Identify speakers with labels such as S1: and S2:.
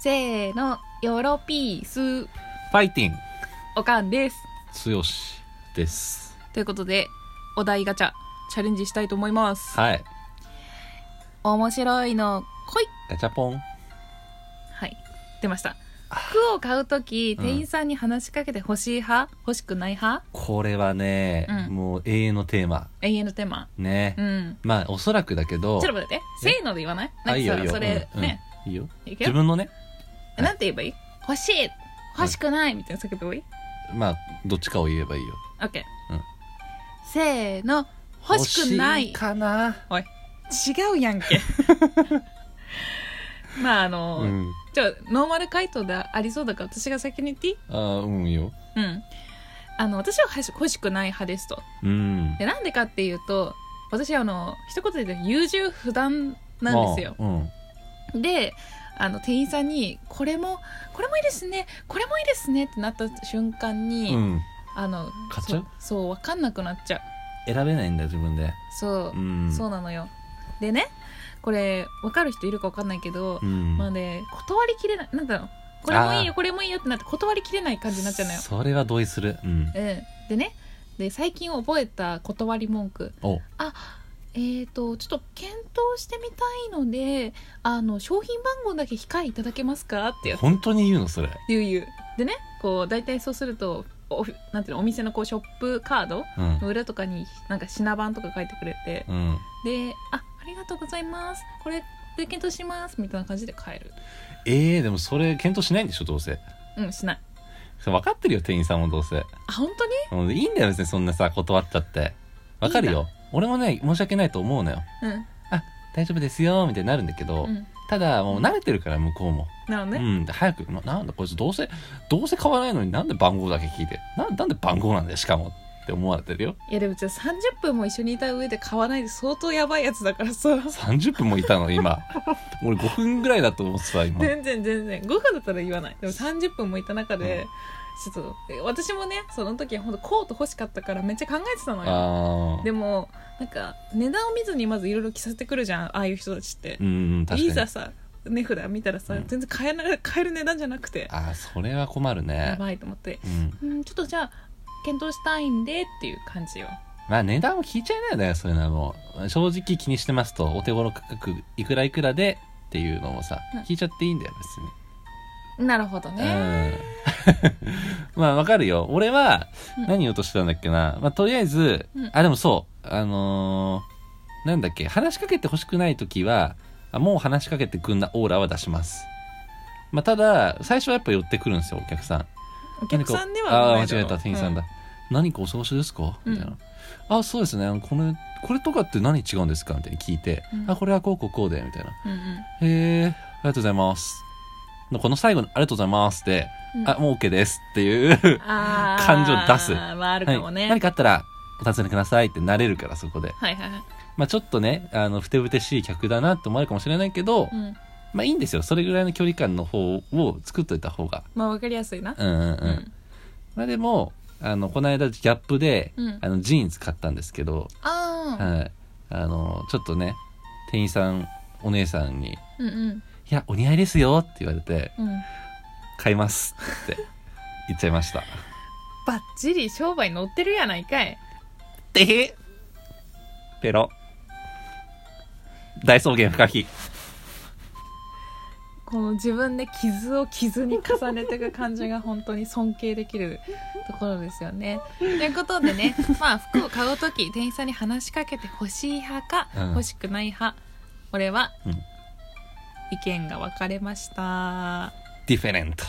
S1: せーの、ヨロピース、
S2: ファイティン
S1: おかんです。
S2: 強しです
S1: ということで、お題ガチャ、チャレンジしたいと思います。
S2: はい
S1: 面白いの、来い
S2: ガチャポン
S1: はい、出ました。服を買うとき、
S2: うん
S1: 店員さんに話しかけて欲しい派欲しくない派
S2: これはね、
S1: うん
S2: もう永遠のテーマ
S1: 永遠のテーマ。
S2: ね、
S1: うん。
S2: まあおそらくだけど
S1: ちょっと待って、せーので言わない
S2: あいいよ
S1: ないん
S2: い
S1: か
S2: よ
S1: さ、それ、
S2: うん
S1: ね、
S2: うんいいよ
S1: いく
S2: 自
S1: よ。
S2: 分のね
S1: えなんて言えばいい欲しい欲しくないみたいな叫べばいい
S2: まあどっちかを言えばいいよ
S1: ?OK
S2: うん。
S1: せーの、欲しくな
S2: 欲し
S1: い
S2: かな
S1: おい違うやんけ まああの、
S2: うん
S1: じゃあノーマル回答でありそうだから私が先に言っていい
S2: あーうんいいよ
S1: うんあの私は欲し欲しくない派ですと
S2: うん
S1: でなんでかっていうと私あの一言で言うと優柔不断なんですよ
S2: あーうん
S1: であの店員さんに「これもこれもいいですねこれもいいですね」ってなった瞬間に、
S2: うん
S1: あの
S2: 買っちゃう
S1: そそう分かんなくなっちゃう
S2: 選べないんだよ自分で
S1: そう
S2: う、ん
S1: そうなのよでねこれ分かる人いるか分かんないけど、
S2: うん
S1: まあね、断りきれない、なんだろう、これもいいよ、
S2: あー
S1: これもいいよってなって、断りきれない感じになっちゃうのよ。
S2: それは同意するうん
S1: うん、でねで、最近覚えた断り文句、
S2: お
S1: えっ、と、ちょっと検討してみたいので、あの商品番号だけ控えいただけますかってやつ
S2: 本当に言うのそれ
S1: 言う言う。でね、こう、大体そうすると、おなんていうのお店のこうショップカード
S2: うん
S1: の裏とかになんか品番とか書いてくれて
S2: うん
S1: で「あありがとうございますこれで検討します」みたいな感じで帰る
S2: えー、でもそれ検討しないんでしょどうせ
S1: うんしない
S2: それ分かってるよ店員さんもどうせ
S1: あ本当に
S2: もういいんだよ別にそんなさ断っちゃって分かる
S1: い
S2: よ俺もね申し訳ないと思うのよ
S1: うん
S2: 大丈夫ですよみたいになるんだけど、
S1: うん
S2: ただもう慣れてるから向こうも、
S1: なのね、
S2: うん早くななんだこいつどうせどうせ買わないのになんで番号だけ聞いてななんで番号なんだよしかもって思われてるよ
S1: いやでもじゃあ30分も一緒にいた上で買わないで相当やばいやつだからさ
S2: 30分もいたの今 俺5分ぐらいだと思ってた今
S1: 全然全然5分だったら言わないでも30分もいた中で、ちょっとえ私もねその時は本当コート欲しかったからめっちゃ考えてたのよ
S2: ああ
S1: でもなんか値段を見ずにまずいろいろ着させてくるじゃんああいう人たちって
S2: う、ん確かに
S1: いざさ値札見たらさ、
S2: うん
S1: 全然買えな買える値段じゃなくて
S2: ああそれは困る
S1: や
S2: ね
S1: ばいと思って
S2: うん
S1: うんちょっとじゃあ検討したいんでっていう感じよ
S2: まあ値段を聞いちゃいないよねそういうのはもう正直気にしてますとお手頃価格いくらいくらでっていうのもさ、
S1: うん
S2: 聞いちゃっていいんだよ別に
S1: なるほどね
S2: うん。 まあわかるよ。俺は
S1: うん、
S2: 何言おうとしてたんだっけな。まあとりあえず、
S1: うん
S2: あ、でもそう、あのーなんだっけ、話しかけて欲しくないときは、あもう話しかけてくんなオーラは出します。まあただ、最初はやっぱ寄ってくるんですよ、お客さん。
S1: お客さんで
S2: 何か
S1: は
S2: あー、間違えた、店員さんだ。何かお探しですかみたいな。あ、そうですね。あのこれ、これとかって何違うんですかみたいに聞いて、
S1: うん
S2: あ、これはこうこうこうで、みたいな。
S1: うんうん
S2: へえ、ありがとうございます。のこの最後のありがとうございますで、
S1: うん
S2: あ、もう OK ですっ ていう、
S1: あー
S2: 感情を出す
S1: まあ、あるかも
S2: はい
S1: ね。
S2: 何かあったらお尋ねくださいってなれるから、そこで。
S1: はいはいはい。
S2: まあちょっとね、あの、ふてぶてしい客だなって思われるかもしれないけど、
S1: うん。
S2: まあいいんですよ。それぐらいの距離感の方を作っといた方が。
S1: まあ、わかりやすいな。
S2: うんうんうん。
S1: うん。
S2: まあでも、あの、この間ギャップで、
S1: うん
S2: あの、ジーンズ買ったんですけど、
S1: ああ。
S2: はい。あの、ちょっとね、店員さん、お姉さんに、い
S1: うんうん。
S2: や、お似合いですよって言われて、
S1: うん。
S2: 買いますって言っちゃいました。
S1: ばっちり商売乗ってるやないかい。
S2: てへペロ。大草原不可避。
S1: この自分で傷を傷に重ねていく感じが本当に尊敬できるところですよね。ということで ね、まあ服を買うとき店員さんに話しかけて欲しい派か、
S2: うん
S1: 欲しくない派。俺は
S2: うん
S1: 意見が分かれました。
S2: ディフェレント。